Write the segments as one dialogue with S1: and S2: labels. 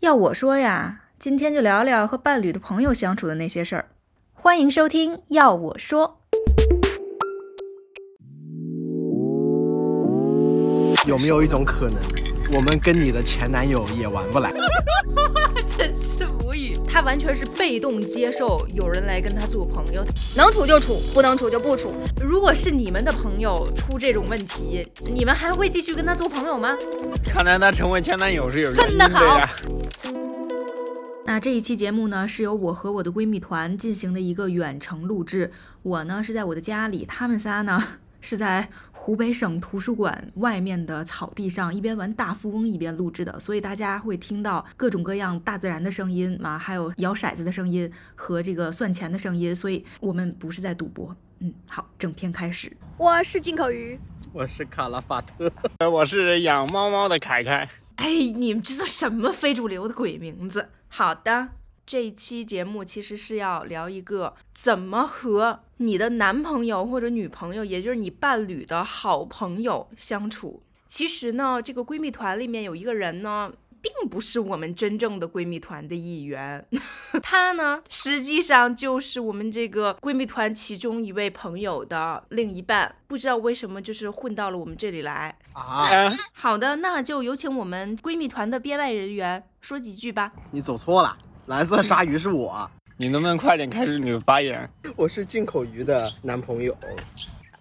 S1: 要我说呀，今天就聊聊和伴侣的朋友相处的那些事儿。欢迎收听《要我说
S2: 有没有一种可能，我们跟你的前男友也玩不来？
S3: 真是无语。他完全是被动接受有人来跟他做朋友。
S4: 能处就处，不能处就不处。
S3: 如果是你们的朋友出这种问题，你们还会继续跟他做朋友吗？
S5: 看来他成为前男友是有原
S4: 分
S5: 因
S4: 得好
S5: 呀。》。
S1: 那这一期节目呢，是由我和我的闺蜜团进行的一个远程录制。我呢是在我的家里，她们仨呢 是在湖北省图书馆外面的草地上，一边玩大富翁一边录制的，所以大家会听到各种各样大自然的声音啊，还有摇骰子的声音和这个算钱的声音，所以我们不是在赌博。嗯，好，正片开始。
S4: 我是进口鱼，
S2: 我是卡拉法特，
S5: 呃 我是养猫猫的凯凯，
S3: 哎，你们这都什么非主流的鬼名字？好的，这一期节目其实是要聊一个怎么和你的男朋友或者女朋友，也就是你伴侣的好朋友相处。其实呢，这个闺蜜团里面有一个人呢。并不是我们真正的闺蜜团的一员， 她呢，实际上就是我们这个闺蜜团其中一位朋友的另一半，不知道为什么就是混到了我们这里来。
S2: 啊，
S5: 嗯，
S3: 好的，那就有请我们闺蜜团的编外人员说几句吧。
S2: 你走错了，蓝色鲨鱼是我，
S5: 你能不能快点开始你的发言？
S2: 我是进口鱼的男朋友。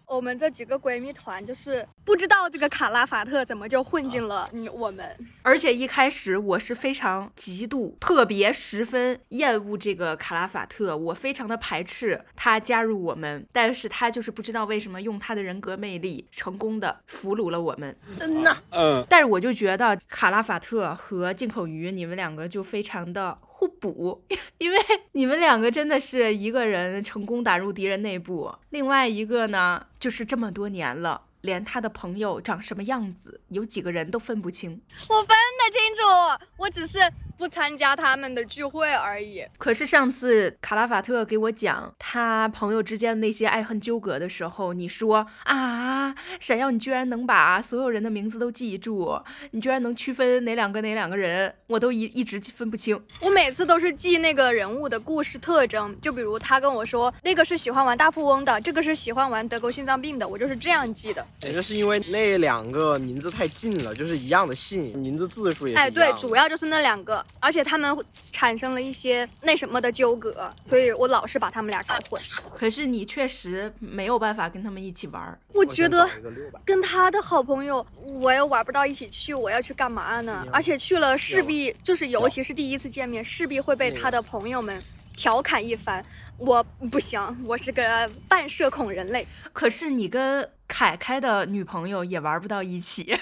S4: 我们这几个闺蜜团就是不知道这个卡拉法特怎么就混进
S2: 啊
S4: 了嗯我们。
S3: 而且一开始我是非常极度、特别十分厌恶这个卡拉法特，我非常的排斥他加入我们，但是他就是不知道为什么用他的人格魅力成功的俘虏了我们。
S2: 嗯呐，
S5: 嗯，
S3: 但是我就觉得卡拉法特和进口鱼，你们两个就非常的互补， 因为你们两个真的是一个人成功打入敌人内部，另外一个呢，就是这么多年了。连他的朋友长什么样子，有几个人都分不清。
S4: 我分得清楚，我只是不参加他们的聚会而已。
S3: 可是上次卡拉法特给我讲他朋友之间那些爱恨纠葛的时候，你说啊，闪耀，你居然能把所有人的名字都记住，你居然能区分哪两个哪两个人，我都一一直分不清。
S4: 我每次都是记那个人物的故事特征，就比如他跟我说那个是喜欢玩大富翁的，这个是喜欢玩德国心脏病的，我就是这样记的。
S2: 也就是因为那两个名字太近了，就是一样的姓，名字字数也是
S4: 哎，
S2: 一样
S4: 对
S2: 的，
S4: 主要就是那两个，而且他们产生了一些那什么的纠葛，所以我老是把他们俩搞混。
S3: 可是你确实没有办法跟他们一起玩儿。
S4: 我
S2: 我
S4: 觉得
S2: 想找一个六吧
S4: 跟他的好朋友，我也玩不到一起去，我要去干嘛呢
S2: 嗯？
S4: 而且去了势必就是，尤其是第一次见面，势必会被他的朋友们调侃一番。我不行，我是个半社恐人类。
S3: 可是你跟凯凯的女朋友也玩不到一起，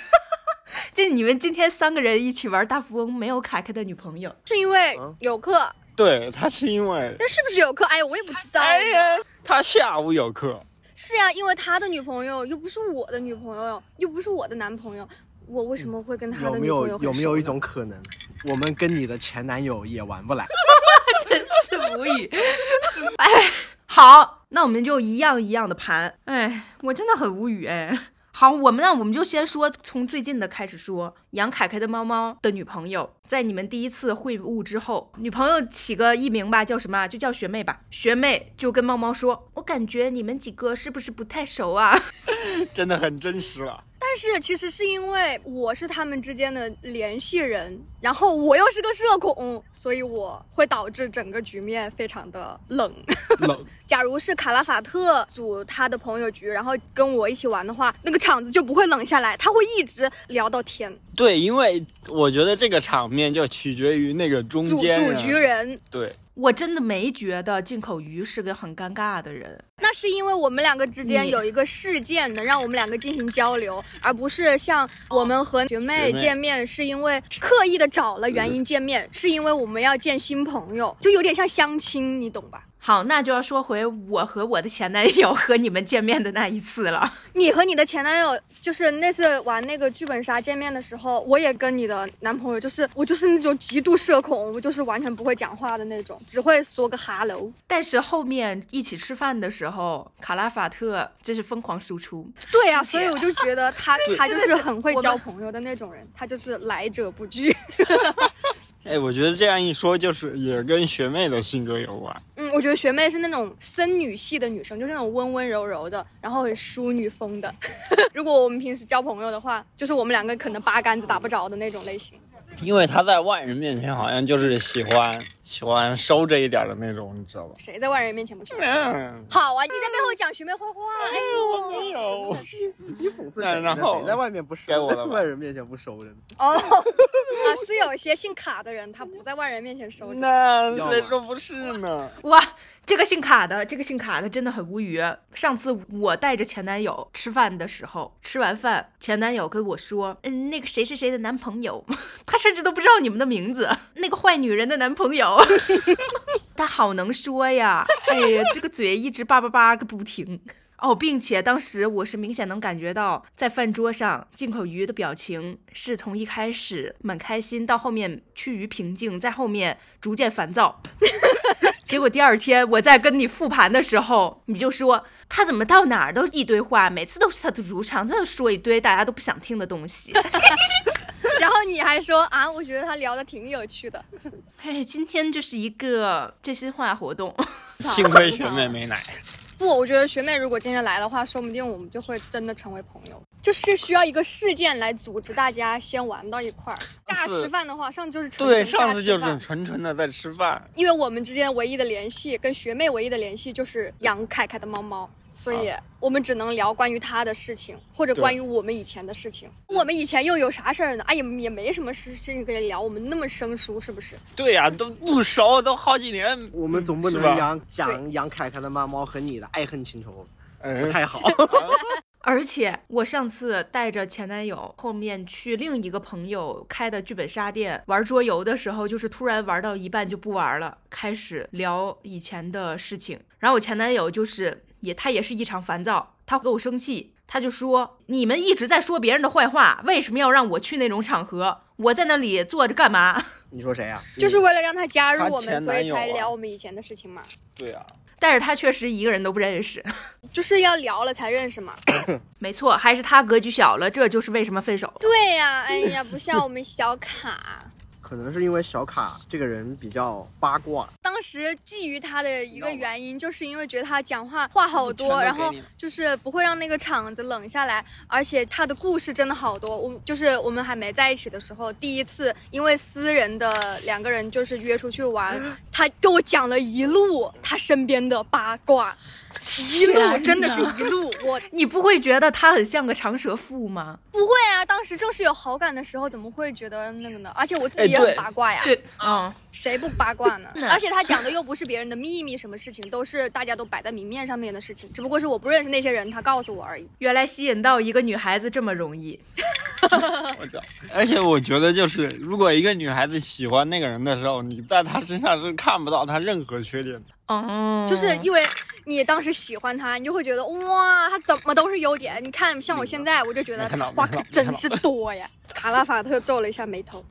S3: 就你们今天三个人一起玩大富翁，没有凯凯的女朋友。
S4: 是因为
S2: 啊
S4: 有课，
S5: 对，他是因为，
S4: 但是不是有课？哎呀，我也不知道。
S5: 哎呀，他下午有课，
S4: 是呀、因为他的女朋友又不是我的女朋友，又不是我的男朋友，我为什么会跟他
S2: 有
S4: 的
S2: 没
S4: 女朋友
S2: 有
S4: 很
S2: 有没有一
S4: 熟呢
S2: 种可能，我们跟你的前男友也玩不来？
S3: 真 是无语。哎，好，那我们就一样一样的盘。哎，我真的很无语哎。好，我们呢，我们就先说从最近的开始说。杨凯凯的猫猫的女朋友，在你们第一次会晤之后，女朋友起个艺名吧，叫什么啊？就叫学妹吧。学妹就跟猫猫说：“我感觉你们几个是不是不太熟啊？”
S5: 真的很真实了。
S4: 但是其实是因为我是他们之间的联系人，然后我又是个社恐，所以我会导致整个局面非常的冷。
S5: 冷，
S4: 假如是卡拉法特组他的朋友局，然后跟我一起玩的话，那个场子就不会冷下来，他会一直聊到天。
S5: 对，因为我觉得这个场面就取决于那个中
S4: 组
S5: 间
S4: 组局人，
S5: 对，
S3: 我真的没觉得进口鱼是个很尴尬的人。
S4: 那是因为我们两个之间
S3: 你
S4: 有一个事件能让我们两个进行交流，而不是像我们和学妹
S5: 学妹嗯
S4: 见面是因为刻意的找了原因见面，是因为我们要见新朋友，就有点像相亲，你懂吧？
S3: 好，那就要说回我和我的前男友和你们见面的那一次了。
S4: 你和你的前男友就是那次玩那个剧本杀见面的时候，我也跟你的男朋友，就是我就是那种极度社恐，我就是完全不会讲话的那种，只会说个哈喽。
S3: 但是后面一起吃饭的时候，卡拉法特真是疯狂输出。
S4: 对呀、所以我就觉得他他就
S3: 真的是
S4: 是很会
S3: 我们
S4: 交朋友的那种人，他就是来者不拒。
S5: 哎，我觉得这样一说，就是也跟学妹的性格有关。
S4: 嗯，我觉得学妹是那种森女系的女生，就是那种温温柔柔的，然后很淑女风的。 如果我们平时交朋友的话，就是我们两个可能八竿子打不着的那种类型。
S5: 因为她在外人面前好像就是喜欢喜欢收着一点的那种，你知道吧？
S4: 谁在外人面前不去？
S5: 嗯，
S4: 好啊，你在背后讲学妹坏话，哎
S5: 我没有。
S2: 你讽刺
S5: 哎
S2: 谁呢？
S5: 然后
S2: 谁在外面不收？
S5: 该我了吧嗯
S2: 外人面前不收着呢。
S4: 哦，啊，是有一些姓卡的人，他不在外人面前收着。
S5: 那
S2: 要
S5: 谁
S2: 吗
S5: 说不是呢？
S3: 哇，这个姓卡的，这个姓卡的真的很无语。上次我带着前男友吃饭的时候，吃完饭，前男友跟我说，嗯，那个谁谁谁的男朋友， 他甚至都不知道你们的名字，那个坏女人的男朋友， 他好能说呀，哎呀，这个嘴一直叭叭叭个不停。哦，并且当时我是明显能感觉到，在饭桌上进口鱼的表情是从一开始蛮开心，到后面趋于平静，在后面逐渐烦躁。结果第二天我在跟你复盘的时候，你就说他怎么到哪儿都一堆话，每次都是他的如常，他就说一堆大家都不想听的东西。
S4: 然后你还说啊，我觉得他聊的挺有趣的。
S3: 哎，今天就是一个真心话活动，
S5: 幸亏学妹没来。
S4: 不，我觉得学妹如果今天来的话，说不定我们就会真的成为朋友。就是需要一个事件来组织大家先玩到一块儿。大家吃饭的话，上次就是纯
S5: 对，
S4: 纯大
S5: 上次就
S4: 吃
S5: 是
S4: 饭
S5: 纯纯的在吃饭。
S4: 因为我们之间唯一的联系，跟学妹唯一的联系就是养凯凯的猫猫，所以我们只能聊关于她的事情，或者
S5: 啊对
S4: 关于我们以前的事情。我们以前又有啥事儿呢？哎呀，也没什么事事情可以聊，我们那么生疏，是不是？
S5: 对呀、都不熟，都好几年。
S2: 我们总不能
S5: 是吧
S2: 养讲养凯凯的猫猫和你的爱恨情仇，不
S5: 嗯，
S2: 太好。
S3: 而且我上次带着前男友后面去另一个朋友开的剧本杀店玩桌游的时候，就是突然玩到一半就不玩了，开始聊以前的事情。然后我前男友就是也他也是异常烦躁，他给我生气，他就说你们一直在说别人的坏话，为什么要让我去那种场合？我在那里坐着干嘛？
S2: 你说谁啊嗯呀、
S4: 就是为了让他加入
S5: 嗯她
S4: 我们，
S5: 前
S4: 所
S5: 男
S4: 以
S5: 友
S4: 才
S5: 啊
S4: 聊我们以前的事情嘛。
S5: 对 呀、
S3: 但是他确实一个人都不认识。
S4: 就是要聊了才认识嘛。
S3: 没错，还是他格局小了，这就是为什么分手。
S4: 对 呀、哎呀，不像我们小卡。
S2: 可能是因为小卡这个人比较八卦，
S4: 当时觊觎他的一个原因，就是因为觉得他讲话话好
S5: 全都
S4: 多，
S5: 给
S4: 然后
S5: 你了
S4: 就是不会让那个场子冷下来，而且他的故事真的好多。我就是我们还没在一起的时候，第一次因为私人的两个人就是约出去玩， 他跟我讲了一路他身边的八卦，一路真的是一路。我
S3: 你不会觉得他很像个长舌妇吗？
S4: 不会啊，当时正是有好感的时候，怎么会觉得那个呢？而且我自己
S5: 哎
S4: 也很
S5: 对
S4: 八卦呀。
S3: 对，嗯，
S4: 谁不八卦 呢
S3: 那？
S4: 而且他讲的又不是别人的秘密，什么事情都是大家都摆在明面上面的事情，只不过是我不认识那些人，他告诉我而已。
S5: 嗯
S3: 原来吸引到一个女孩子这么容易。
S5: 我操！ 而且我觉得，就是如果一个女孩子喜欢那个人的时候，你在她身上是看不到她任何缺点的。
S3: 哦，
S4: 就是因为你当时喜欢他，你就会觉得哇，他怎么都是优点。你看，像我现在，我就觉得
S5: 没看
S4: 他
S5: 到
S4: 话
S5: 没看
S4: 可
S5: 到
S4: 真是多呀。卡拉法特皱了一下眉头，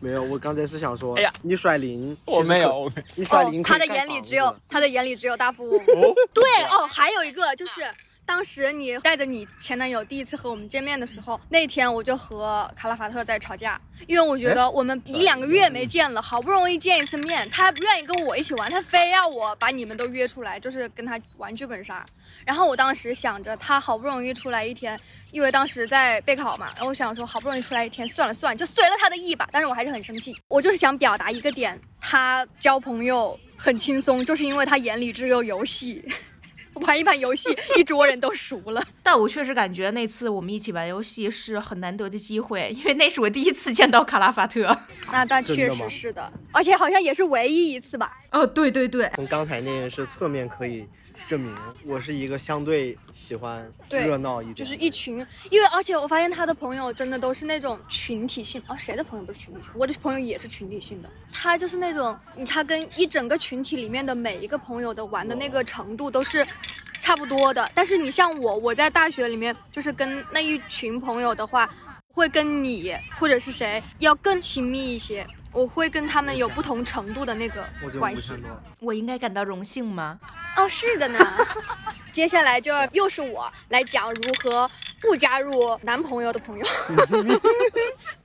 S2: 没有，我刚才是想说，
S5: 哎呀，
S2: 你甩铃，
S5: 我
S2: 其实
S5: 没
S2: 可
S5: 有，我没
S2: 你甩
S4: 哦
S2: 铃，可
S4: 他
S2: 以
S4: 的
S2: 盖
S4: 眼里
S2: 房
S4: 只
S2: 子
S4: 有
S2: 的
S4: 他的眼里只有大富翁。
S5: 哦
S4: 对哦，还有一个就是。当时你带着你前男友第一次和我们见面的时候，那天我就和卡拉法特在吵架，因为我觉得我们一两个月没见了，好不容易见一次面，他还不愿意跟我一起玩，他非要我把你们都约出来，就是跟他玩剧本杀。然后我当时想着，他好不容易出来一天，因为当时在备考嘛，然后我想说好不容易出来一天，算了算了，就随了他的意吧。但是我还是很生气，我就是想表达一个点，他交朋友很轻松，就是因为他眼里只有游戏， 玩一盘游戏，一桌人都熟了。
S3: 但我确实感觉那次我们一起玩游戏是很难得的机会，因为那是我第一次见到卡拉法特。
S4: 那但
S2: 真
S4: 确
S2: 的吗
S4: 实是的，而且好像也是唯一一次吧。
S3: 哦，对对对，
S2: 从刚才那件事侧面可以证明，我是一个相对喜欢
S4: 对
S2: 热闹一点，
S4: 就是一群，因为而且我发现他的朋友真的都是那种群体性，哦，谁的朋友不是群体性？我的朋友也是群体性的。他就是那种，嗯他跟一整个群体里面的每一个朋友的玩的那个程度都是差不多的。但是你像我，我在大学里面就是跟那一群朋友的话，会跟你或者是谁要更亲密一些。我会跟他们有不同程度的那个
S2: 我觉得
S4: 关
S2: 无
S4: 系
S2: 限。多了。
S3: 我应该感到荣幸吗？
S4: 哦，是的呢。接下来就要又是我来讲如何不加入男朋友的朋友，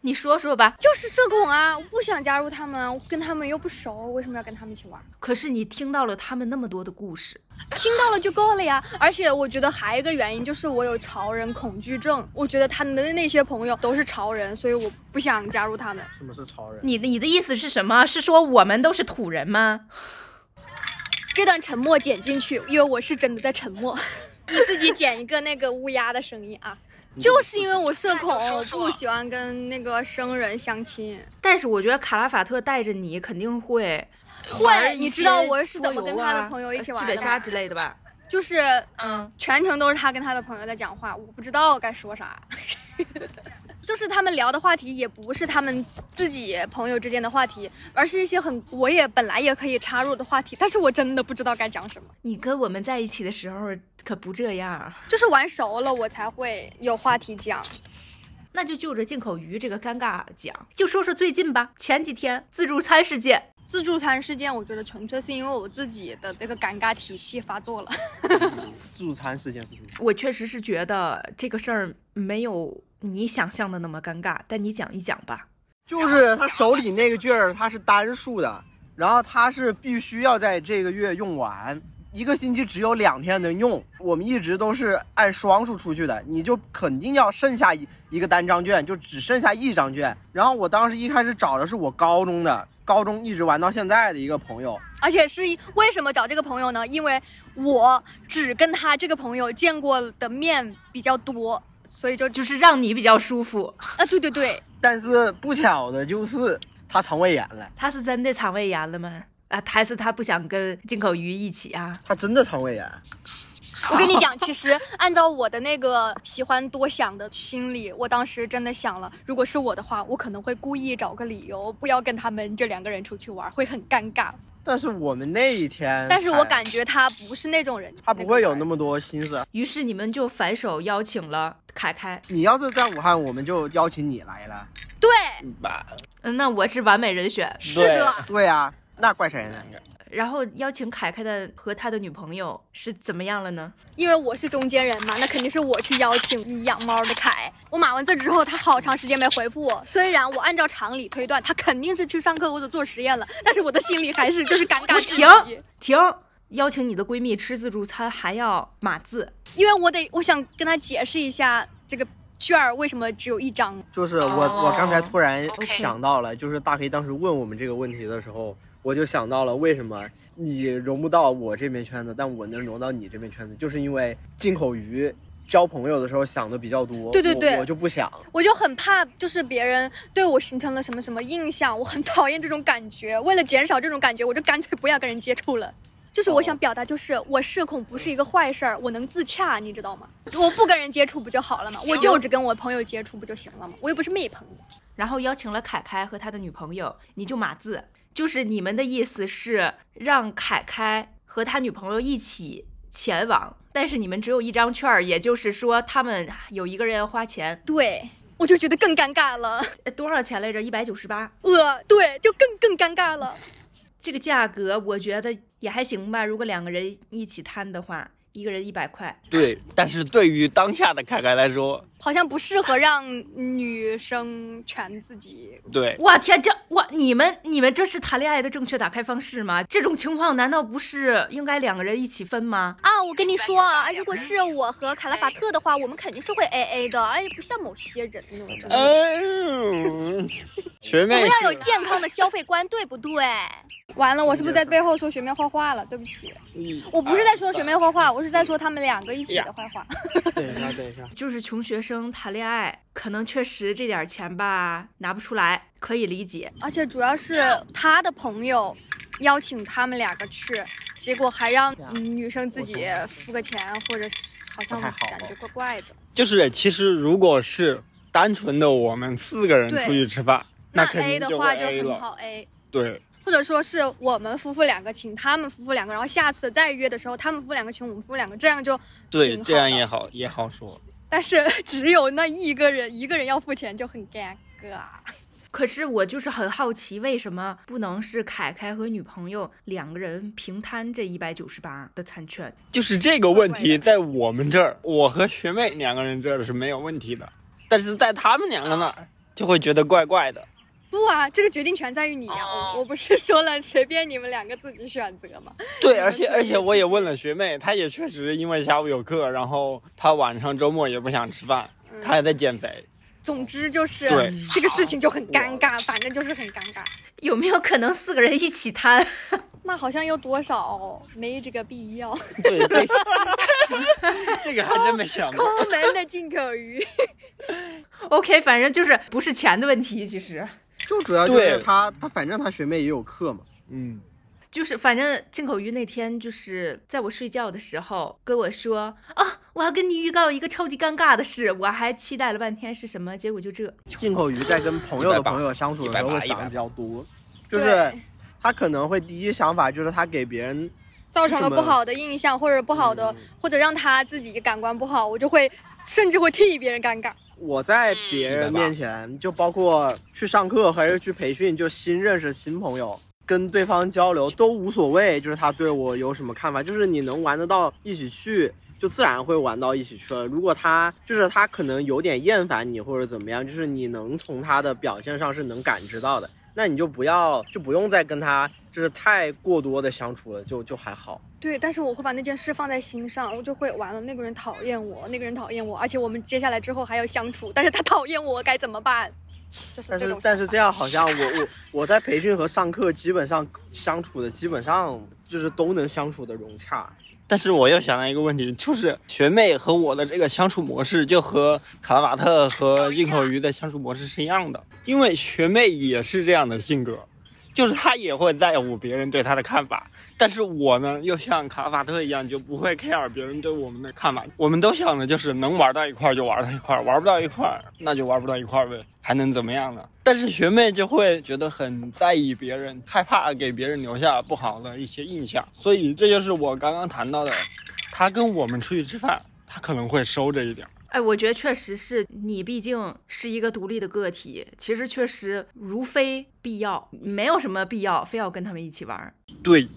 S3: 你说说吧。
S4: 就是社恐啊，我不想加入他们，我跟他们又不熟，为什么要跟他们一起玩？
S3: 可是你听到了他们那么多的故事，
S4: 听到了就够了呀。而且我觉得还有一个原因就是我有潮人恐惧症，我觉得他的那些朋友都是潮人，所以我不想加入他们。
S2: 什么是潮人？
S3: 你的你的意思是什么？是说我们都是土人吗？
S4: 这段沉默剪进去，因为我是真的在沉默。 你自己剪一个那个乌鸦的声音啊。就是因为我社恐，我不喜欢跟那个生人相亲。
S3: 但是我觉得卡拉法特带着你肯定会玩
S4: 会，
S3: 一
S4: 你知
S3: 些
S4: 道我是怎么
S3: 桌
S4: 跟
S3: 游
S4: 他的
S3: 啊
S4: 朋友一起
S3: 剧
S4: 玩的
S3: 本杀
S4: 吗？
S3: 之类的吧？
S4: 就是
S3: 嗯，
S4: 全程都是他跟他的朋友在讲话，我不知道该说啥。 就是他们聊的话题也不是他们自己朋友之间的话题，而是一些很我也本来也可以插入的话题，但是我真的不知道该讲什么。
S3: 你跟我们在一起的时候可不这样，
S4: 就是玩熟了，我才会有话题讲。
S3: 那就就着进口鱼这个尴尬讲，就说说最近吧。前几天自助餐事件，
S4: 自助餐事件，我觉得纯粹是因为我自己的这个尴尬体系发作了。
S2: 自助餐事件是什么？
S3: 我确实是觉得这个事儿没有你想象的那么尴尬，但你讲一讲吧。
S2: 就是他手里那个券儿，它是单数的，然后它是必须要在这个月用完，一个星期只有两天能用。我们一直都是按双数出去的，你就肯定要剩下一一个单张券，就只剩下一张券。然后我当时一开始找的是我高中的，高中一直玩到现在的一个朋友，
S4: 而且是一为什么找这个朋友呢？因为我只跟他这个朋友见过的面比较多，所以就
S3: 就是让你比较舒服，
S4: 啊，对对对，
S2: 但是不巧的就是他肠胃炎了，
S3: 他是真的肠胃炎了吗？啊，还是他不想跟进口鱼一起啊？
S2: 他真的肠胃炎。
S4: 我跟你讲，其实按照我的那个喜欢多想的心理，我当时真的想了，如果是我的话，我可能会故意找个理由不要跟他们这两个人出去玩，会很尴尬。
S2: 但是我们那一天才，
S4: 但是我感觉他不是那种人，
S2: 他不会有那
S4: 么。
S2: 么多心思，
S3: 于是你们就反手邀请了凯凯。
S2: 你要是在武汉，我们就邀请你来了。
S4: 对，
S5: 吧？
S3: 嗯，那我是完美人选。
S4: 是的，
S2: 对呀、那怪谁呢？
S3: 然后邀请凯凯的和他的女朋友是怎么样了呢？
S4: 因为我是中间人嘛，那肯定是我去邀请养猫的凯。我码完字之后，他好长时间没回复我。虽然我按照常理推断，他肯定是去上课或者做实验了，但是我的心里还是就是尴尬至
S3: 停
S4: 极，
S3: 停，邀请你的闺蜜吃自助餐还要码字，
S4: 因为我得我想跟他解释一下这个券儿为什么只有一张。
S2: 就是我，
S4: 哦
S2: 我刚才突然想到了，就是大黑当时问我们这个问题的时候，我就想到了为什么你融不到我这边圈子，但我能融到你这边圈子，就是因为进口鱼交朋友的时候想的比较多，
S4: 对对
S2: 我
S4: 对
S2: 我就不想。
S4: 我就很怕，就是别人对我形成了什么什么印象，我很讨厌这种感觉。为了减少这种感觉，我就干脆不要跟人接触了。 就是我想表达，就是我社恐不是一个坏事儿，我能自洽，你知道吗？我不跟人接触不就好了吗？我就只跟我朋友接触不就行了吗？我又不是没朋友。
S3: 然后邀请了凯凯和他的女朋友，你就码字，就是你们的意思是让凯凯和他女朋友一起前往，但是你们只有一张券儿，也就是说他们有一个人要花钱，
S4: 对，我就觉得更尴尬了。
S3: 呃多少钱来着？一百九十八，
S4: 呃，对，就更更尴尬了。
S3: 这个价格我觉得也还行吧，如果两个人一起摊的话，一个人一百块。
S5: 对，但是对于当下的凯凯来说，
S4: 好像不适合让女生全自己，
S5: 对，
S3: 我天，这我你们你们这是谈恋爱的正确打开方式吗？这种情况难道不是应该两个人一起分吗？
S4: 啊，我跟你说啊，如果是我和卡拉法特的话，我们肯定是会 A A 的，哎，不像某些人呢，真的。
S5: 哎嗯， 学
S4: 我
S5: 妹
S4: 们
S5: 是
S4: 要有健康的消费观，对不对？完了，我
S5: 嗯
S4: 是不是在背后说学妹坏话了？对不起，
S5: 啊
S4: 我不是在说学妹坏话，我是在说他们两个一起的坏话。
S2: 等一下，等一下，
S3: 就是穷学生谈恋爱，可能确实这点钱吧拿不出来，可以理解。
S4: 而且主要是他的朋友邀请他们两个去，结果还让、嗯女生自己付个钱，或者是好像
S2: 不太好
S4: 感觉怪怪的。
S5: 就是其实如果是单纯的我们四个人
S4: 对
S5: 出去吃饭，肯
S4: A
S5: 定
S4: 的
S5: 就会
S4: 话就
S5: A
S4: 很
S5: 了。
S4: 好 A。
S5: 对，
S4: 或者说是我们夫妇两个请他们夫妇两个，然后下次再约的时候，他们夫妇两个请我们夫妇两个，这样就
S5: 对
S4: 挺，好
S5: 这样
S4: 的
S5: 也好，也好说。
S4: 但是只有那一个人，一个人要付钱就很尴尬。
S3: 可是我就是很好奇，为什么不能是凯凯和女朋友两个人平摊这一百九十八的餐券？
S5: 就是这个问
S4: 怪
S5: 题，在我们这儿，我和学妹两个人这儿是没有问题的，但是在他们两个那儿就会觉得怪怪的。
S4: 不啊，这个决定权在于你呀、
S5: 哦
S4: 我我不是说了随便你们两个自己选择吗？
S5: 对，而且而且我也问了学妹，她也确实因为下午有课，然后她晚上周末也不想吃饭，
S4: 嗯
S5: 她还在减肥。
S4: 总之就是
S5: 对
S4: 这个事情就很尴尬，反正就是很尴尬。
S3: 有没有可能四个人一起摊？
S4: 那好像有多少没这个必要？
S5: 对，这个 这个还真没想 过。
S4: 抠门的进口鱼，
S3: OK，反正就是不是钱的问题，其实
S2: 就主要就是
S5: 对
S2: 他，他反正他学妹也有课嘛，
S5: 嗯，
S3: 就是反正进口鱼那天就是在我睡觉的时候跟我说啊，我要跟你预告一个超级尴尬的事，我还期待了半天是什么，结果就这。
S2: 进口鱼在跟朋友的
S5: 180
S2: 朋友相处的时候
S5: 180
S2: 会想的比较多，就是
S4: 对
S2: 他可能会第一想法就是他给别人
S4: 造成
S2: 什
S4: 了不
S2: 么
S4: 好的印象，或者不好的，或者让他自己感官不好，我就会甚至会替别人尴尬。
S2: 我在别人面前，就包括去上课还是去培训，就新认识新朋友，跟对方交流都无所谓，就是他对我有什么看法，就是你能玩得到一起去，就自然会玩到一起去了。如果他就是他可能有点厌烦你或者怎么样，就是你能从他的表现上是能感知到的，那你就不要就不用再跟他就是太过多的相处了，就就还好。
S4: 对，但是我会把那件事放在心上，我就会完了，那个人讨厌我，那个人讨厌我，而且我们接下来之后还要相处，但是他讨厌我该怎么办？就是
S2: 但
S4: 这
S2: 是
S4: 种
S2: 但
S4: 想
S2: 是
S4: 法
S2: 这样好像我我我在培训和上课基本上相处的基本上就是都能相处的融洽，
S5: 但是我又想到一个问题，就是学妹和我的这个相处模式，就和卡拉瓦特和进口鱼的相处模式是一样的，因为学妹也是这样的性格，就是她也会在乎别人对她的看法，但是我呢，又像卡拉瓦特一样，就不会 care 别人对我们的看法，我们都想的就是能玩到一块儿就玩到一块儿，玩不到一块儿那就玩不到一块儿呗，还能怎么样呢？但是学妹就会觉得很在意别人，害怕给别人留下不好的一些印象，所以这就是我刚刚谈到的，她跟我们出去吃饭，她可能会收着一点儿。
S3: 哎，我觉得确实是你，毕竟是一个独立的个体，其实确实如非必要，没有什么必要非要跟他们一起玩儿。
S5: 对，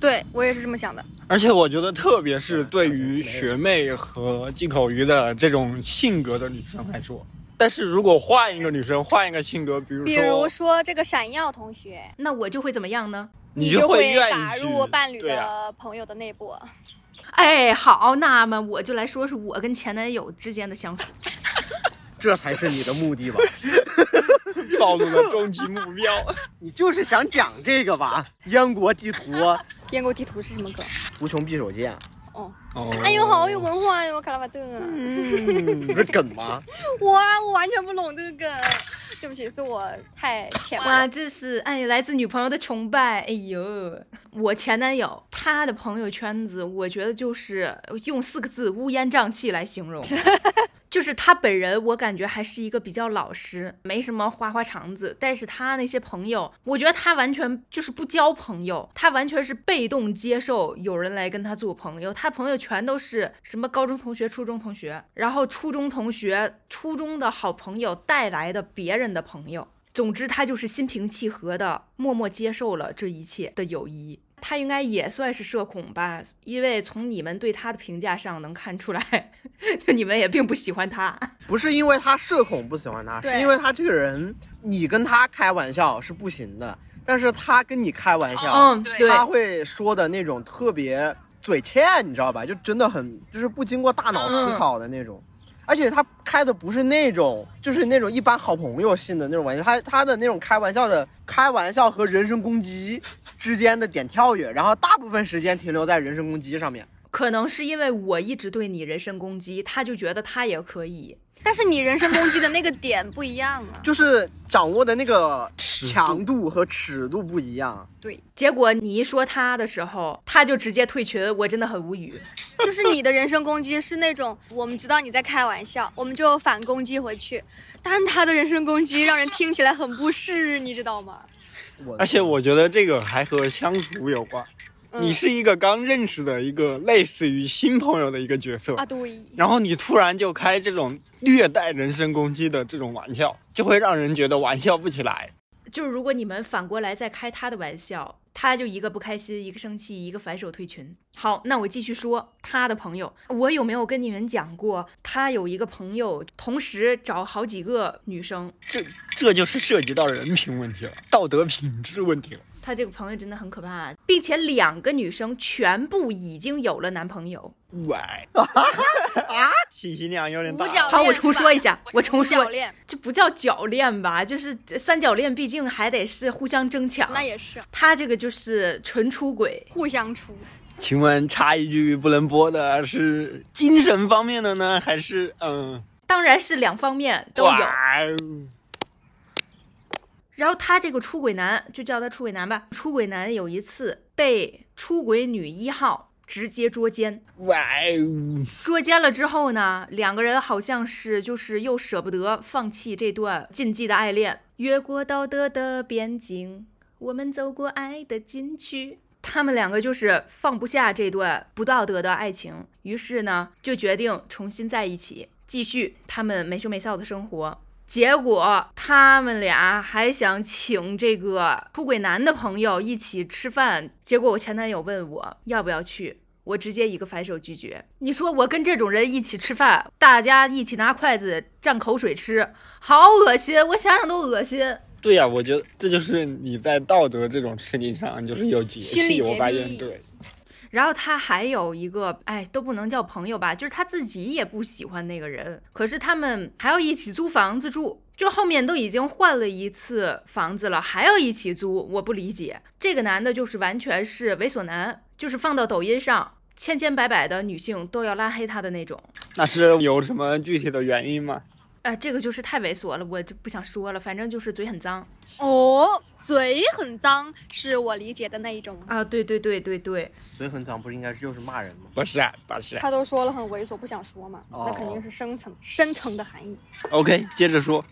S4: 对我也是这么想的。
S5: 而且我觉得，特别是对于学妹和进口鱼的这种性格的女生来说，但是如果换一个女生，换一个性格，比如
S4: 比如
S5: 说，
S4: 说这个闪耀同学，
S3: 那我就会怎么样呢？
S5: 你
S4: 就
S5: 会愿意
S4: 打
S5: 去
S4: 入伴侣
S5: 对啊
S4: 的朋友的内部。
S3: 哎，好，那么我就来说说我跟前男友之间的相处。
S2: 这才是你的目 的吧？
S5: 暴露了终极目标。
S2: 你就是想讲这个吧？燕国地图，
S4: 燕国地图是什么梗？
S2: 无穷匕首剑，
S4: 哦，
S5: 哦
S4: 哎呦，好有文化哟，卡拉瓦特。
S2: 嗯，不是梗吗？
S4: 哇，我完全不懂这个梗，对不起，是我太浅
S3: 哇，
S4: 薄。
S3: 这是哎来自女朋友的崇拜。哎呦，我前男友他的朋友圈子，我觉得就是用四个字乌烟瘴气来形容。就是他本人，我感觉还是一个比较老实，没什么花花肠子。但是他那些朋友，我觉得他完全就是不交朋友，他完全是被动接受有人来跟他做朋友。他朋友全都是什么高中同学、初中同学，然后初中同学、初中的好朋友带来的别人的朋友。总之，他就是心平气和的默默接受了这一切的友谊。他应该也算是社恐吧，因为从你们对他的评价上能看出来， 就你们也并不喜欢他。
S2: 不是因为他社恐不喜欢他，
S4: 对
S2: 是因为他这个人，你跟他开玩笑是不行的，但是他跟你开玩
S4: 哦
S2: 笑，
S3: 嗯，对，
S2: 他会说的那种特别嘴欠，你知道吧？就真的很就是不经过大脑思考的那种，而且他开的不是那种就是那种一般好朋友性的那种玩笑，他他的那种开玩笑的开玩笑和人身攻击之间的点跳跃，然后大部分时间停留在人身攻击上面。
S3: 可能是因为我一直对你人身攻击，他就觉得他也可以。
S4: 但是你人身攻击的那个点不一样啊。
S2: 就是掌握的那个
S5: 尺度
S2: 强度和尺度不一样，
S3: 结果你一说他的时候，他就直接退群，我真的很无语。
S4: 就是你的人身攻击是那种我们知道你在开玩笑，我们就反攻击回去，但他的人身攻击让人听起来很不适，你知道吗？
S2: 我
S5: 而且我觉得这个还和相处有关，
S4: 嗯
S5: 你是一个刚认识的一个类似于新朋友的一个角色，
S4: 啊，对，
S5: 然后你突然就开这种略带人身攻击的这种玩笑，就会让人觉得玩笑不起来。
S3: 就是如果你们反过来再开他的玩笑，他就一个不开心，一个生气，一个反手退群。好，那我继续说他的朋友，我有没有跟你们讲过，他有一个朋友同时找好几个女生，
S5: 这这就是涉及到人品问题了，道德品质问题了。
S3: 他这个朋友真的很可怕，并且两个女生全部已经有了男朋友。
S5: 喂， 信息量有点大
S4: 啊五。角
S3: 好，我
S4: 恋
S3: 重
S4: 是
S3: 说
S4: 吧
S3: 一下，我重
S4: 五角
S3: 说，
S4: 恋
S3: 这不叫脚恋吧？就是三角恋，毕竟还得是互相争抢。
S4: 那也是
S3: 他这个就是纯出轨，
S4: 互相出，
S5: 请问插一句不能播的是精神方面的呢，还是嗯
S3: 当然是两方面都有。
S5: 哇哦
S3: 然后他这个出轨男，就叫他出轨男吧。出轨男有一次被出轨女一号直接捉奸，
S5: 哇哦
S3: 捉奸了之后呢，两个人好像是就是又舍不得放弃这段禁忌的爱恋，越过道德的边境，我们走过爱的禁区。他们两个就是放不下这段不道德的爱情，于是呢就决定重新在一起，继续他们没羞没臊的生活。结果他们俩还想请这个出轨男的朋友一起吃饭，结果我前男友问我要不要去，我直接一个反手拒绝。你说我跟这种人一起吃饭，大家一起拿筷子蘸口水吃，好恶心，我想想都恶心。
S5: 对呀、我觉得这就是你在道德这种事情上就是有洁
S4: 心理
S5: 癖，
S4: 洁
S5: 我发现
S4: 癖
S5: 对。
S3: 然后他还有一个，哎，都不能叫朋友吧，就是他自己也不喜欢那个人，可是他们还要一起租房子住，就后面都已经换了一次房子了，还要一起租，我不理解。这个男的就是完全是猥琐男，就是放到抖音上，千千百百的女性都要拉黑他的那种。
S5: 那是有什么具体的原因吗？
S3: 呃，这个就是太猥琐了，我就不想说了，反正就是嘴很脏
S4: 哦，嘴很脏，是我理解的那一种。
S3: 啊！对对对对对，
S2: 嘴很脏，不是应该是就是骂人吗？
S5: 不是，不是。
S4: 他都说了很猥琐，不想说嘛，那肯定是深层深层的含义。
S5: OK，接着说。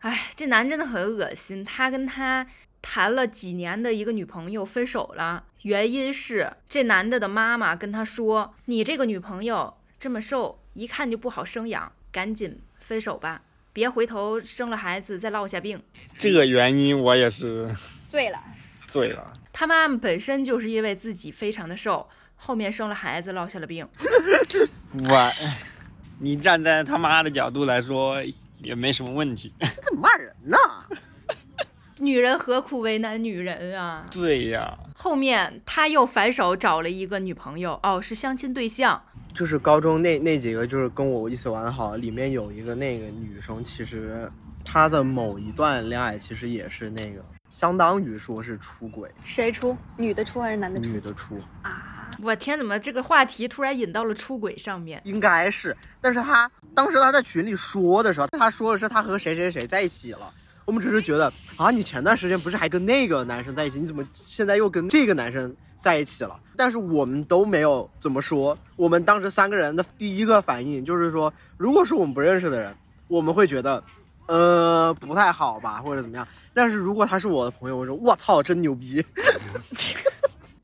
S3: 哎，这男真的很恶心。他跟他谈了几年的一个女朋友分手了，原因是这男的的妈妈跟他说：“你这个女朋友这么瘦，一看就不好生养，赶紧分手吧，别回头生了孩子再落下病。
S5: 这个原因我也是
S4: 对了，
S5: 醉了。”
S3: 他妈妈本身就是因为自己非常的瘦，后面生了孩子落下了病。
S5: 我，你站在他妈的角度来说也没什么问题。
S2: 怎么骂人呢？
S3: 女人何苦为难女人啊！
S5: 对呀，
S3: 后面他又反手找了一个女朋友，哦，是相亲对象，
S2: 就是高中那那几个，就是跟我一起玩的好，里面有一个那个女生，其实她的某一段恋爱其实也是那个，相当于说是出轨，
S4: 谁出？女的出还是男的出？
S2: 女的出，
S3: 我天，怎么这个话题突然引到了出轨上面？
S2: 应该是。但是她当时她在群里说的时候，她说的是她和谁谁谁在一起了。我们只是觉得啊，你前段时间不是还跟那个男生在一起，你怎么现在又跟这个男生在一起了？但是我们都没有怎么说。我们当时三个人的第一个反应就是说，如果是我们不认识的人，我们会觉得，呃，不太好吧，或者怎么样。但是如果他是我的朋友，我说我操，真牛逼。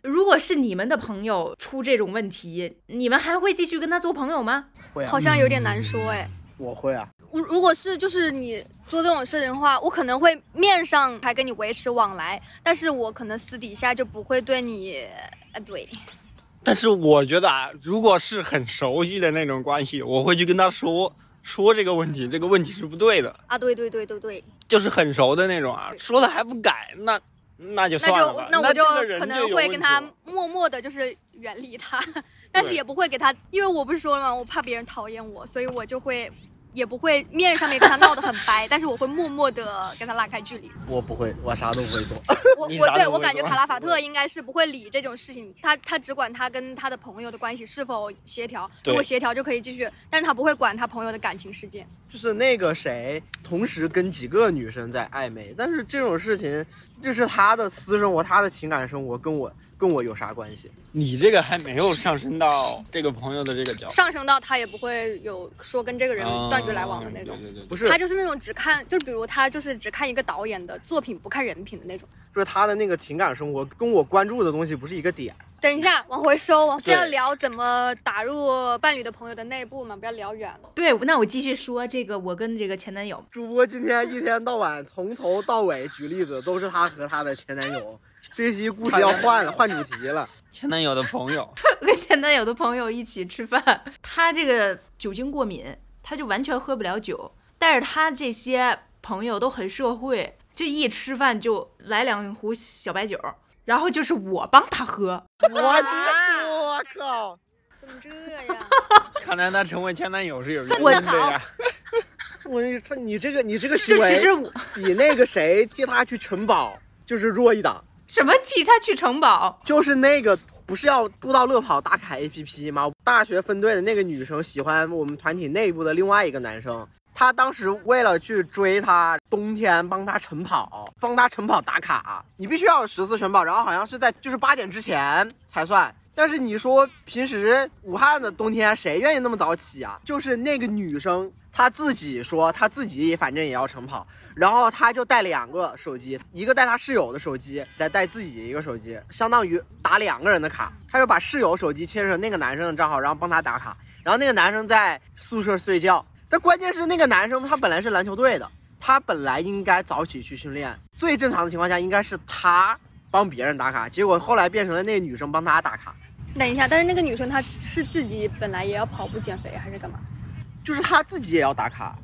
S3: 如果是你们的朋友出这种问题，你们还会继续跟他做朋友吗？
S2: 会啊
S4: 好，像有点难说哎。
S2: 我会啊。
S4: 我如果是就是你做这种事情的话，我可能会面上还跟你维持往来，但是我可能私底下就不会对你，呃，对，
S5: 但是我觉得啊，如果是很熟悉的那种关系，我会去跟他说说这个问题，这个问题是不对的。
S4: 啊，对对对对对，
S5: 就是很熟的那种啊，说了还不改，那那就
S4: 那
S5: 算了
S4: 就
S5: 吧。
S4: 我
S5: 这个人
S4: 可能
S5: 就有
S4: 会
S5: 问
S4: 跟
S5: 题
S4: 他
S5: 了
S4: 默默的，就是远离他，但是也不会给他，因为我不是说了吗？我怕别人讨厌我，所以我就会。也不会面上面跟他闹得很掰，但是我会默默的跟他拉开距离。
S2: 我不会，我啥都不会做。
S4: 我
S5: 你
S4: 我
S5: 啥都
S4: 对
S5: 不
S4: 我
S5: 会
S4: 感觉
S5: 做
S4: 卡拉法特应该是不会理这种事情，他他只管他跟他的朋友的关系是否协调，如果
S5: 对
S4: 协调就可以继续，但是他不会管他朋友的感情世界。
S2: 就是那个谁，同时跟几个女生在暧昧，但是这种事情，这是他的私生活，他的情感生活，跟我跟我有啥关系？
S5: 你这个还没有上升到这个朋友的这个角度，
S4: 上升到他也不会有说跟这个人断绝来往的那种
S5: 啊。对对对
S2: 不
S5: 对，
S2: 是
S4: 他，就是那种只看，就比如他就是只看一个导演的作品，不看人品的那种。
S2: 就是他的那个情感生活跟我关注的东西不是一个点。
S4: 等一下，往回收，往是
S5: 对
S4: 要聊怎么打入伴侣的朋友的内部嘛，不要聊远了。
S3: 对，那我继续说这个我跟这个前男友，
S2: 主播今天一天到晚从头到尾举例子，都是她和她的前男友。这期故事要换了，换主 题了。
S5: 前男友的朋友，
S3: 跟前男友的朋友一起吃饭，他这个酒精过敏，他就完全喝不了酒，但是他这些朋友都很社会，就一吃饭就来两壶小白酒，然后就是我帮他喝，
S2: 我啊我靠！
S4: 怎么这样？
S5: 看来他成为前男友是有原
S4: 分
S5: 因
S4: 得
S5: 的呀。
S2: 我这他你这个你这个行
S3: 就其
S2: 为
S3: 实我
S2: 比那个谁替他去城堡就是弱一档，
S3: 什么替他去城堡，
S2: 就是那个不是要不到乐跑打卡 APP 吗？大学分队的那个女生喜欢我们团体内部的另外一个男生，他当时为了去追他，冬天帮他晨跑，帮他晨跑打卡，你必须要有十次晨跑，然后好像是在就是八点之前才算。但是你说平时武汉的冬天谁愿意那么早起啊？就是那个女生她自己说她自己反正也要晨跑，然后她就带两个手机，一个带她室友的手机，再带自己一个手机，相当于打两个人的卡。她就把室友手机切成那个男生的账号，然后帮他打卡。然后那个男生在宿舍睡觉，但关键是那个男生他本来是篮球队的，他本来应该早起去训练，最正常的情况下应该是他帮别人打卡，结果后来变成了那个女生帮他打卡，
S4: 等一下，但是那个女生她是自己本来也要跑步减肥还是干嘛？
S2: 就是他自己也要打卡。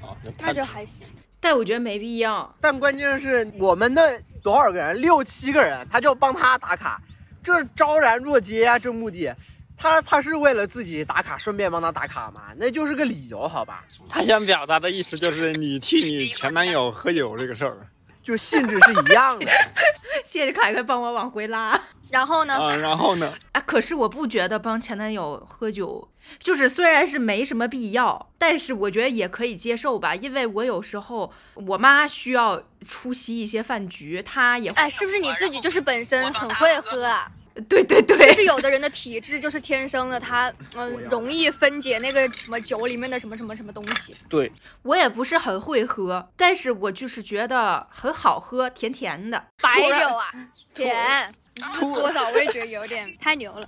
S5: 哦，
S4: 那
S5: 他
S4: 就还行。
S3: 但我觉得没必要，
S2: 但关键是我们那多少个人，六七个人，他就帮他打卡，这昭然若揭啊，这目的。他他是为了自己打卡，顺便帮他打卡嘛，那就是个理由，好吧？
S5: 他想表达的意思就是你替你前男友喝酒这个事儿，
S2: 就性质是一样的。
S3: 谢谢凯凯帮我往回拉。
S4: 然后呢？
S5: 嗯，然后呢，
S3: 啊，可是我不觉得帮前男友喝酒，就是虽然是没什么必要，但是我觉得也可以接受吧，因为我有时候我妈需要出席一些饭局，她也
S4: 哎，是不是你自己就是本身很会喝 啊？
S3: 对对
S4: 就
S3: 对，
S4: 是有的人的体质就是天生的，他嗯容易分解那个什么酒里面的什么什么什么东西。
S5: 对，
S3: 我也不是很会喝，但是我就是觉得很好喝，甜甜的。
S4: 白
S5: 突然
S4: 酒啊，甜，你是不
S5: 突
S4: 是多少我也觉得有 点太牛了。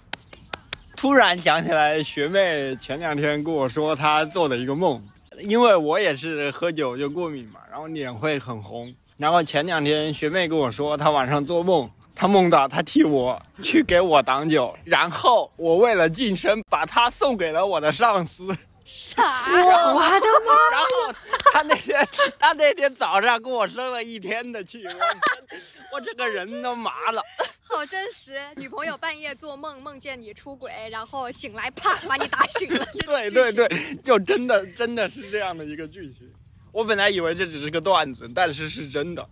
S5: 突然想起来，学妹前两天跟我说她做的一个梦，因为我也是喝酒就过敏嘛，然后脸会很红。然后前两天学妹跟我说，她晚上做梦，她梦到她替我去给我挡酒，然后我为了晋升，把她送给了我的上司。
S3: 我的妈！
S5: 然后他那天，他那天早上跟我生了一天的气，我真我整个人都麻了。
S4: 好真实，女朋友半夜做梦梦见你出轨，然后醒来啪把你打醒了。这
S5: 对
S4: 剧情
S5: 对，对，就真的真的是这样的一个剧情。我本来以为这只是个段子，但是是真的。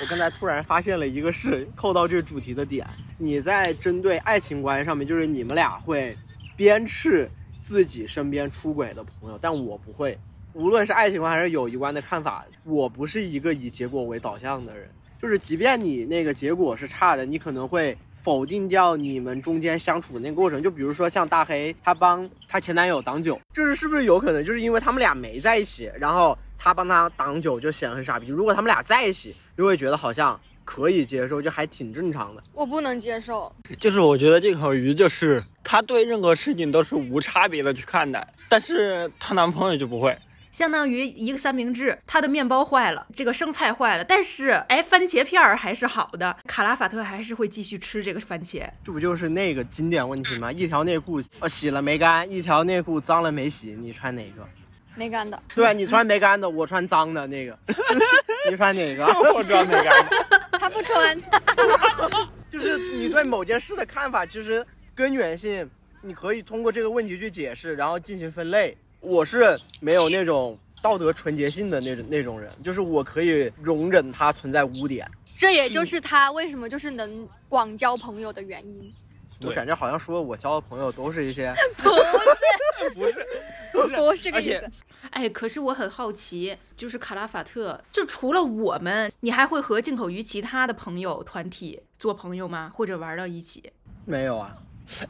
S2: 我刚才突然发现了一个是扣到这主题的点，你在针对爱情观上面，就是你们俩会鞭笞自己身边出轨的朋友，但我不会。无论是爱情观还是友谊观的看法，我不是一个以结果为导向的人。就是即便你那个结果是差的，你可能会否定掉你们中间相处的那个过程。就比如说像大黑，她帮她前男友挡酒，就是是不是有可能就是因为他们俩没在一起，然后她帮他挡酒就显得很傻逼。如果他们俩在一起，就会觉得好像可以接受，就还挺正常的。
S4: 我不能接受。
S5: 就是我觉得这口鱼就是她对任何事情都是无差别的去看待，但是她男朋友就不会。
S3: 相当于一个三明治，它的面包坏了，这个生菜坏了，但是哎，番茄片儿还是好的，卡拉法特还是会继续吃这个番茄。
S2: 这不就是那个经典问题吗？一条内裤呃洗了没干，一条内裤脏了没洗，你穿哪个？
S4: 没干的，
S2: 对你穿没干的，我穿脏的那个， 你穿哪个？
S5: 我知道那个，
S4: 他不 穿，
S2: 就是你对某件事的看法，其实根源性，你可以通过这个问题去解释，然后进行分类。我是没有那种道德纯洁性的那种那种人，就是我可以容忍它存在污点。
S4: 这也就是他为什么就是能广交朋友的原因。
S2: 我
S5: 对
S2: 感觉好像说我交的朋友都是一些
S4: 不是，
S5: 不是，不是，
S4: 不是这个
S5: 而
S4: 意
S5: 且
S4: 思。
S3: 哎，可是我很好奇，就是卡拉法特，就除了我们，你还会和进口鱼其他的朋友团体做朋友吗？或者玩到一起？
S2: 没有啊，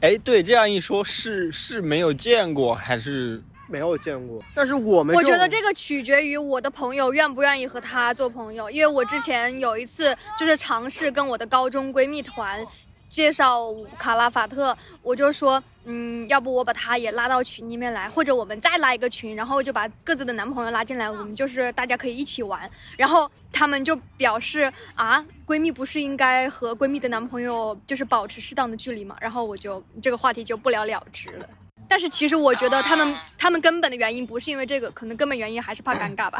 S5: 哎，对，这样一说，是是没有见过，还是
S2: 没有见过。但是我们
S4: 我
S2: 就
S4: 觉得这个取决于我的朋友愿不愿意和他做朋友，因为我之前有一次就是尝试跟我的高中闺蜜团介绍卡拉法特，我就说，嗯，要不我把他也拉到群里面来，或者我们再拉一个群，然后就把各自的男朋友拉进来，我们就是大家可以一起玩。然后他们就表示啊，闺蜜不是应该和闺蜜的男朋友就是保持适当的距离嘛？然后我就这个话题就不了了之了。但是其实我觉得他
S5: 啊
S4: 们他们根本的原因不是因为这个，可能根本原因还是怕尴尬吧。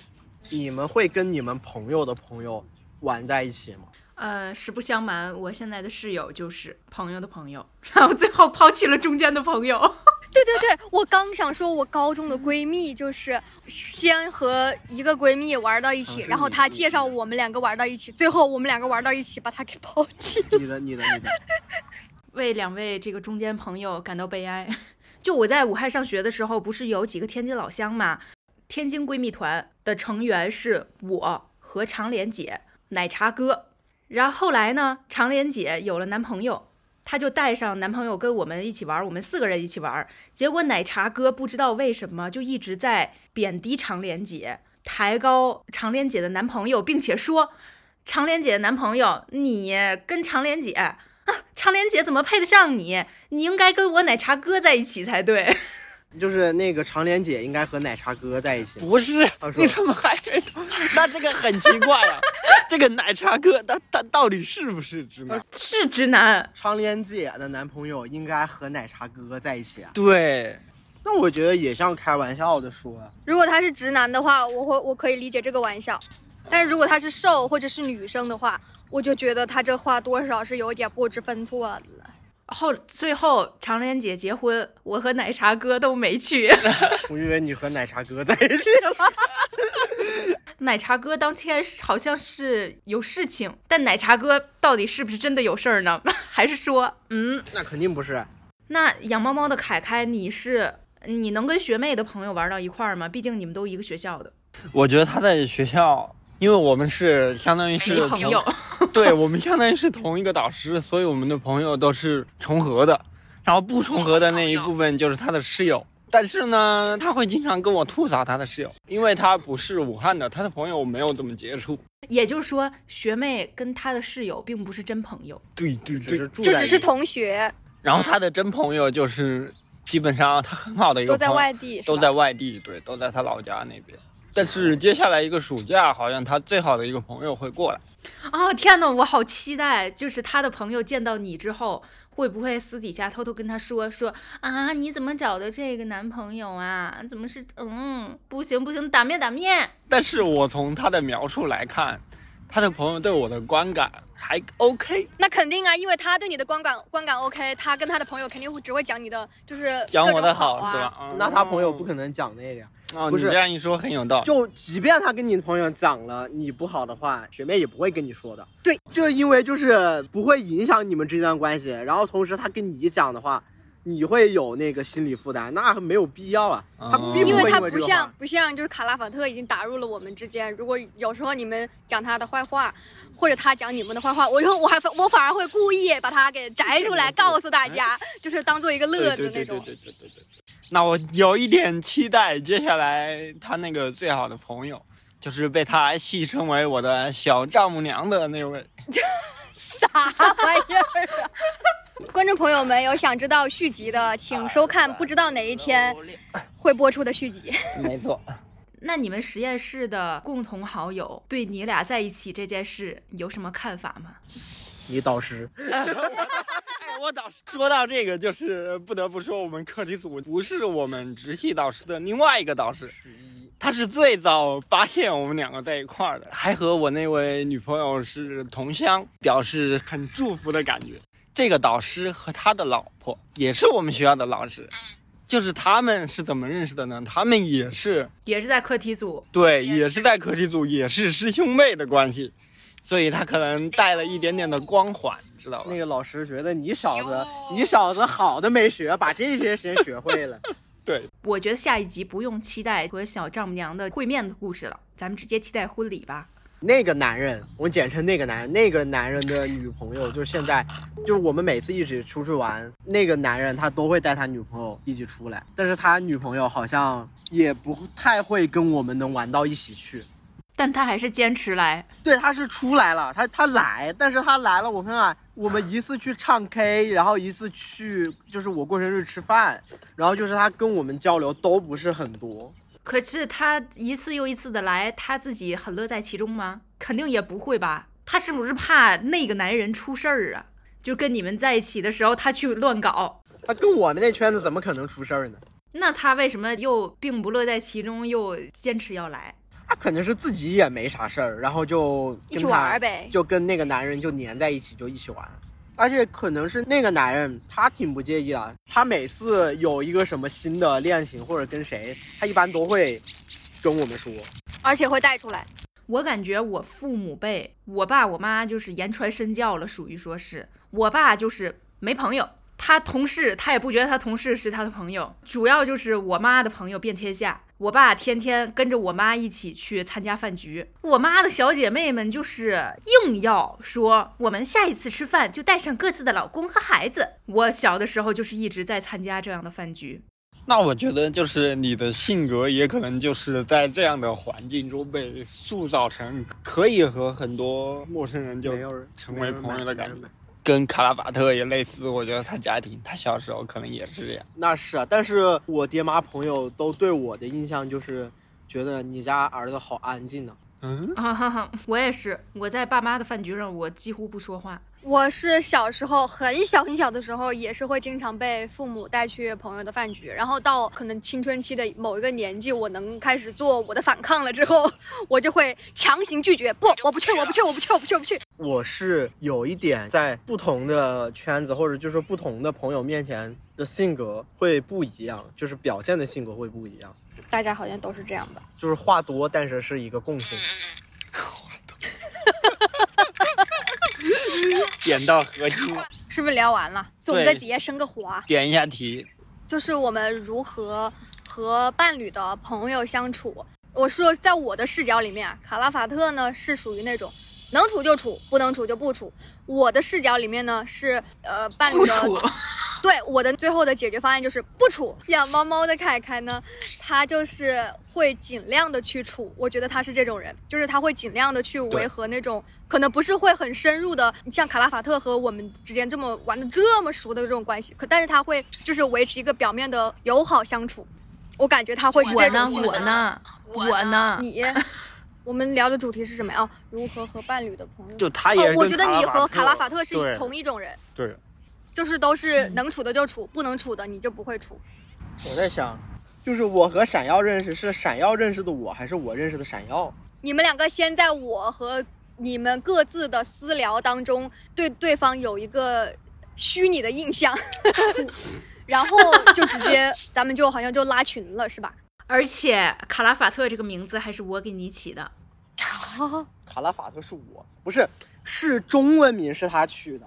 S2: 你们会跟你们朋友的朋友玩在一起吗？
S3: 呃，实不相瞒，我现在的室友就是朋友的朋友， 然后最后抛弃了中间的朋友。
S4: 对对对，我刚想说，我高中的闺蜜就是先和一个闺蜜玩到一起，
S5: 啊
S4: 然后她介绍我们两个玩到一起，最后我们两个玩到一起，把她给抛弃。
S2: 你的，你的，你的，
S3: 为两位这个中间朋友感到悲哀。 就我在武汉上学的时候，不是有几个天津老乡嘛？天津闺蜜团的成员是我和长脸姐、奶茶哥。然后后来呢，长脸姐有了男朋友，她就带上男朋友跟我们一起玩，我们四个人一起玩。结果奶茶哥不知道为什么就一直在贬低长脸姐，抬高长脸姐的男朋友，并且说长脸姐的男朋友，你跟长脸姐啊，长脸姐怎么配得上你？你应该跟我奶茶哥在一起才对。
S2: 就是那个长脸姐应该和奶茶哥在一起。
S5: 不是
S2: 他，说
S5: 你怎么还没懂？ 那这个很奇怪呀、这个奶茶哥他他到底是不是直男？
S3: 是直男，
S2: 长脸姐的男朋友应该和奶茶哥在一起啊？
S5: 对，
S2: 那我觉得也像开玩笑的说，
S4: 如果他是直男的话，我会我可以理解这个玩笑，但是如果他是瘦或者是女生的话，我就觉得他这话多少是有一点不知分错了。
S3: 后最后长脸姐结婚，我和奶茶哥都没去。
S2: 我以为你和奶茶哥在一起 了。
S3: 奶茶哥当天是好像是有事情，但奶茶哥到底是不是真的有事儿呢？ 还是说，嗯，
S2: 那肯定不是，
S3: 那养猫猫的凯凯，你是你能跟学妹的朋友玩到一块儿吗？毕竟你们都一个学校的，
S5: 我觉得他在学校，因为我们是相当于是
S3: 没朋友。
S5: 对我们相当于是同一个导师，所以我们的朋友都是重合的，然后不重合的那一部分就是他的室友。但是呢，他会经常跟我吐槽他的室友，因为他不是武汉的，他的朋友没有怎么接触。
S3: 也就是说，学妹跟她的室友并不是真朋友。
S5: 对对
S2: 只是住
S4: 这
S2: 在
S4: 只
S2: 一
S4: 是
S2: 起。
S4: 同学
S5: 然后他的真朋友就是基本上他很好的一个
S4: 都在
S5: 朋友
S4: 外地，是
S5: 都
S4: 吧
S5: 在外地，对，都在他老家那边。但是接下来一个暑假，好像他最好的一个朋友会过来。
S3: 哦天呐，我好期待！就是他的朋友见到你之后，会不会私底下偷偷跟他说说啊？你怎么找的这个男朋友啊？怎么是嗯？不行不行，打面打面！
S5: 但是我从他的描述来看，他的朋友对我的观感还 OK，
S4: 那肯定啊，因为他对你的观感观感 OK，他跟他的朋友肯定会只会讲你的，就是
S5: 讲
S4: 各
S5: 我
S4: 种
S5: 的
S4: 好
S5: 好
S4: 啊
S5: 是吧？嗯
S2: 那他朋友不可能讲那个呀。
S5: 哦，
S2: 不
S5: 你
S2: 是
S5: 这样一说很有道理。
S2: 就即便他跟你的朋友讲了你不好的话，学妹也不会跟你说的。
S4: 对，
S2: 这因为就是不会影响你们之间的关系。然后同时他跟你讲的话，你会有那个心理负担，那没有必要啊。
S5: 哦
S2: 他并
S4: 因
S2: 不
S4: 为
S2: 会
S4: 他
S2: 为
S4: 不
S2: 这个
S4: 像
S2: 话。
S4: 不像就是卡拉法特已经打入了我们之间。如果有时候你们讲他的坏话，或者他讲你们的坏话，我就我还我反而会故意把他给摘出来，告诉 大家，就是当做一个乐
S5: 对
S4: 子那
S5: 对对对对
S4: 种。
S5: 对对对对。那我有一点期待，接下来他那个最好的朋友，就是被他戏称为我的小丈母娘的那位。
S4: 观众朋友们有想知道续集的，请收看不知道哪一天会播出的续集。
S5: 没错，
S3: 那你们实验室的共同好友对你俩在一起这件事有什么看法吗？
S2: 你导师，
S5: 哎，我导师说到这个，就是不得不说，我们课题组不是我们直系导师的另外一个导师，他是最早发现我们两个在一块儿的，还和我那位女朋友是同乡，表示很祝福的感觉。这个导师和他的老婆也是我们学校的老师，就是他们是怎么认识的呢？他们也是
S3: 也是在课题组，
S5: 对，也是在课题组，也是师兄妹的关系，所以他可能带了一点点的光环，知道吧
S2: 那？个老师觉得你小子，你小子好的没学，把这些先学会了。
S3: 我觉得下一集不用期待和小丈母娘的会面的故事了，咱们直接期待婚礼吧。
S2: 那个男人，我简称那个男人，那个男人的女朋友，就是现在，就是我们每次一起出去玩，那个男人他都会带他女朋友一起出来，但是他女朋友好像也不太会跟我们能玩到一起去。
S3: 但他还是坚持来。
S2: 对，他是出来了，他他来，但是他来了，我看看，我们一次去唱 K，然后一次去就是我过生日吃饭，然后就是他跟我们交流都不是很多，
S3: 可是他一次又一次的来，他自己很乐在其中吗？肯定也不会吧。他是不是怕那个男人出事儿啊？就跟你们在一起的时候，他去乱搞，
S2: 他跟我们那圈子怎么可能出事儿呢？
S3: 那他为什么又并不乐在其中，又坚持要来？
S2: 他肯定是自己也没啥事儿，然后就跟
S4: 一起
S2: 他
S4: 玩儿呗
S2: 就跟那个男人就粘在一起，就一起玩。而且可能是那个男人他挺不介意的，他每次有一个什么新的恋情或者跟谁，他一般都会跟我们说。
S4: 而且会带出来。
S3: 我感觉我父母辈，我爸我妈就是言传身教了，属于说是我爸就是没朋友，他同事他也不觉得他同事是他的朋友，主要就是我妈的朋友遍天下。我爸天天跟着我妈一起去参加饭局，我妈的小姐妹们就是硬要说我们下一次吃饭就带上各自的老公和孩子。我小的时候就是一直在参加这样的饭局，
S5: 那我觉得就是你的性格也可能就是在这样的环境中被塑造成可以和很多陌生人就
S2: 没有人
S5: 成为朋友的
S2: 没
S5: 感觉
S2: 有人买。
S5: 跟卡拉法特也类似，我觉得他家庭，他小时候可能也是这样。
S2: 那是啊，但是我爹妈朋友都对我的印象就是觉得你家儿子好安静呢、
S5: 嗯，
S3: 啊哈哈，我也是，我在爸妈的饭局上我几乎不说话，
S4: 我是小时候很小很小的时候，也是会经常被父母带去朋友的饭局，然后到可能青春期的某一个年纪，我能开始做我的反抗了之后， 我就会强行拒绝， 不，我不去，我不去，我不去，我不去，我不去。
S2: 我是有一点在不同的圈子或者就是不同的朋友面前的性格会不一样，就是表现的性格会不一样，
S4: 大家好像都是这样吧？
S2: 就是话多，但是是一个共性。
S5: 点到核心了，
S4: 是不是聊完了？总个结，升个啊华，
S5: 点一下题。
S4: 就是我们如何和伴侣的朋友相处。我说，在我的视角里面啊，卡拉法特呢是属于那种能处就处，不能处就不处。我的视角里面呢是呃伴侣
S3: 不
S4: 的
S3: 处。
S4: 对，我的最后的解决方案就是不处。养猫猫的凯凯呢，他就是会尽量的去处，我觉得他是这种人，就是他会尽量的去维
S5: 对
S4: 和那种可能不是会很深入的，像卡拉法特和我们之间这么玩的这么熟的这种关系，可但是他会就是维持一个表面的友好相处，我感觉他会是
S3: 我
S4: 这种
S3: 呢，
S4: 性格
S3: 我呢，我呢，
S4: 你。我们聊的主题是什么呀？哦，如何和伴侣的朋友？
S5: 就他也
S4: 哦
S5: 是，
S4: 我
S5: 跟
S4: 觉得你和卡拉法特
S5: 对
S4: 是同一种人，
S5: 对，
S4: 就是都
S3: 嗯
S4: 是能处的就处，不能处的你就不会处。
S2: 我在想，就是我和闪耀认识是闪耀认识的我，还是我认识的闪耀？
S4: 你们两个先在我和你们各自的私聊当中，对对方有一个虚拟的印象， 然后就直接 咱们就好像就拉群了，是吧？
S3: 而且卡拉法特这个名字还是我给你起的，哦
S2: 卡拉法特是我，不是是中文名是他取的，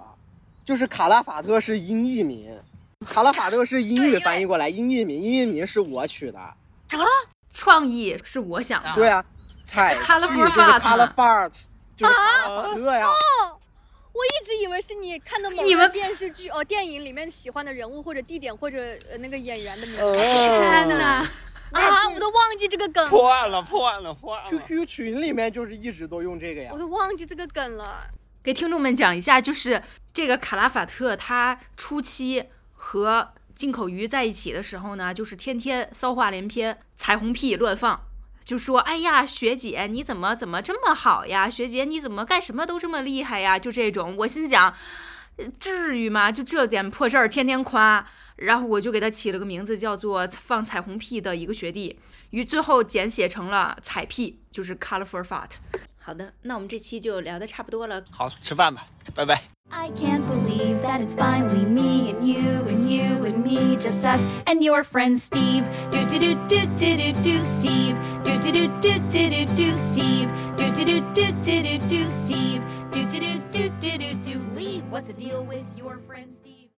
S2: 就是卡拉法特是音译名，卡拉法特是英语翻译过来音译名，音译名是我取的。
S3: 创意是我想的。
S2: 对啊，彩
S3: 卡拉
S2: 记
S3: 法
S2: 就是
S3: 特
S2: color fart，就是呃啊卡拉法特呀。
S4: 我一直以为是你看的某
S3: 你
S4: 个
S3: 们
S4: 电视剧哦电影里面喜欢的人物或者地点或者呃那个演员的名字
S3: 天
S2: 呃
S3: 哪，
S4: 啊，我都忘记这个梗，
S5: 破案了，破案了，破案了。
S2: ，QQ 群里面就是一直都用这个呀
S4: 我。都忘记这个梗了。
S3: 给听众们讲一下，就是这个卡拉法特他初期和进口鱼在一起的时候呢，就是天天骚话连篇，彩虹屁乱放。就说：“哎呀，学姐，你怎么怎么这么好呀？学姐，你怎么干什么都这么厉害呀？”就这种，我心想，呃至于吗？就这点破事儿，天天夸。然后我就给他起了个名字，叫做“放彩虹屁的一个学弟”，于最后简写成了“彩屁”，就是 “colorful fart”。好的，那我们这期就聊的差不多了。
S5: 好，吃饭吧，拜拜。
S6: I can't believe that it's finally me and you and you and me, just us and your friend Steve. Do do do do do do do Steve. Do do do do do do do Steve. Do do do do do do do Steve. Do do do do do do do leave. What's the deal with your friend Steve?